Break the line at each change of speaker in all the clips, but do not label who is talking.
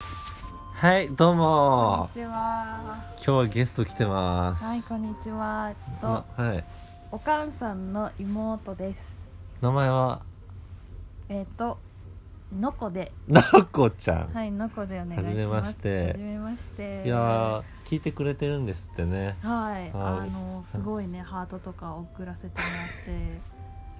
はい、どう
こん
も
に。ちは。
今日はゲスト来てます。
はい、こんにちは。えっと、
なはい。
おかんさんの妹です。
名前は、
えっと、のこで、
なこちゃん。
はい、のこでお願いします。
はじめまして
はじめまして。
い、やー、聞いてくれてるんですってね。
はい、
はい
あの、すごいね、ハートとか送らせてもらって。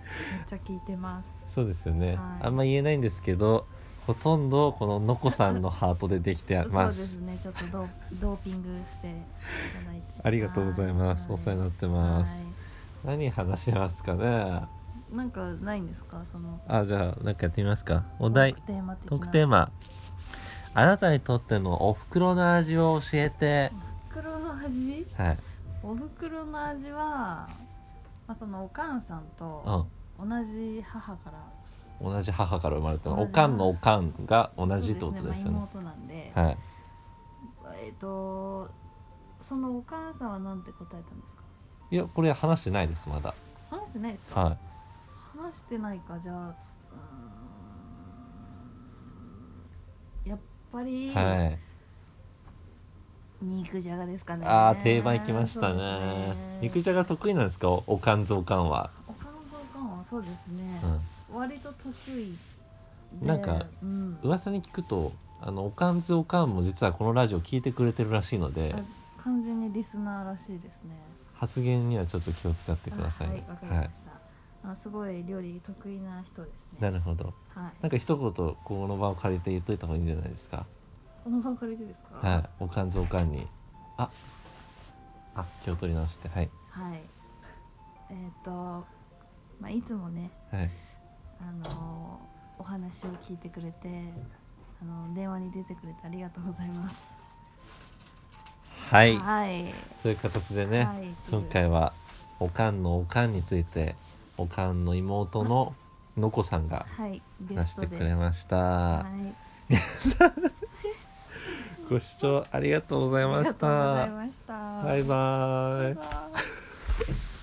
めっちゃ聞いてます。
そうですよね。
はい
あんま言えないんですけど、ほとんどこののこさんのハートでできて
そう
ま
です
す。
ね、ちょっとドードーピングしていただいて。
ありがとうございます。お世話になってます。
は
何話しますかね。
いなんかないんですか、その。
あ、じゃあ、なんかやってみますか。お題
トーク。テーマ的な。
トークテーマ。あなたにとってのお袋の味を教えて。
袋の味。
はい。
おふくろの味は、まあ、そのおかんさんと
うん。
同じ母から
同じ母から生まれてます
同
お
じ
かんのおかんが同じって
そ
こ
う
とですよ
まあ
ね
妹なんで、
はい
えっ、とそのお母さんはなんて答えたんですか
いやこれ話してないですまだ
話してないですか
は
話してないかじゃあうーんやっぱ
い
り
はい
肉じゃがですかね、
ああ定番きました
そう
ね
です
肉じゃが得意なんですかおおかんずおかんは
おかんとおかんはそうですね
う、ん
割と得意で
なんか
うん、
噂に聞くとあのおかんずおかんも実はこのラジオ聞いてくれてるらしいので
あ完全にリスナーらしいですね
発言にはちょっと気を使ってください
あはい
ね
わかりました、あのすごい料理得意な人です
な
ね
るほど
はい
なんか一言この場を借りて言っといた方がいいんじゃないですか
この場借りてですか
はいおかんずおかんにああ気を取り直してはい
はい、えっ、とまあいつもね
はい
あのお話を聞いてくれてあの電話に出てくれてありがとうございます
はい
はい
そういう形でね、
はい
今回はおかんのおかんについておかんの妹ののこさんが
はいゲ
話
ス
し
ト
て
で
くれました、
はい
ご視聴ありがとうござい
あ
ま
りが
し
とうござい
た
ました
バイバーイ
バイバイ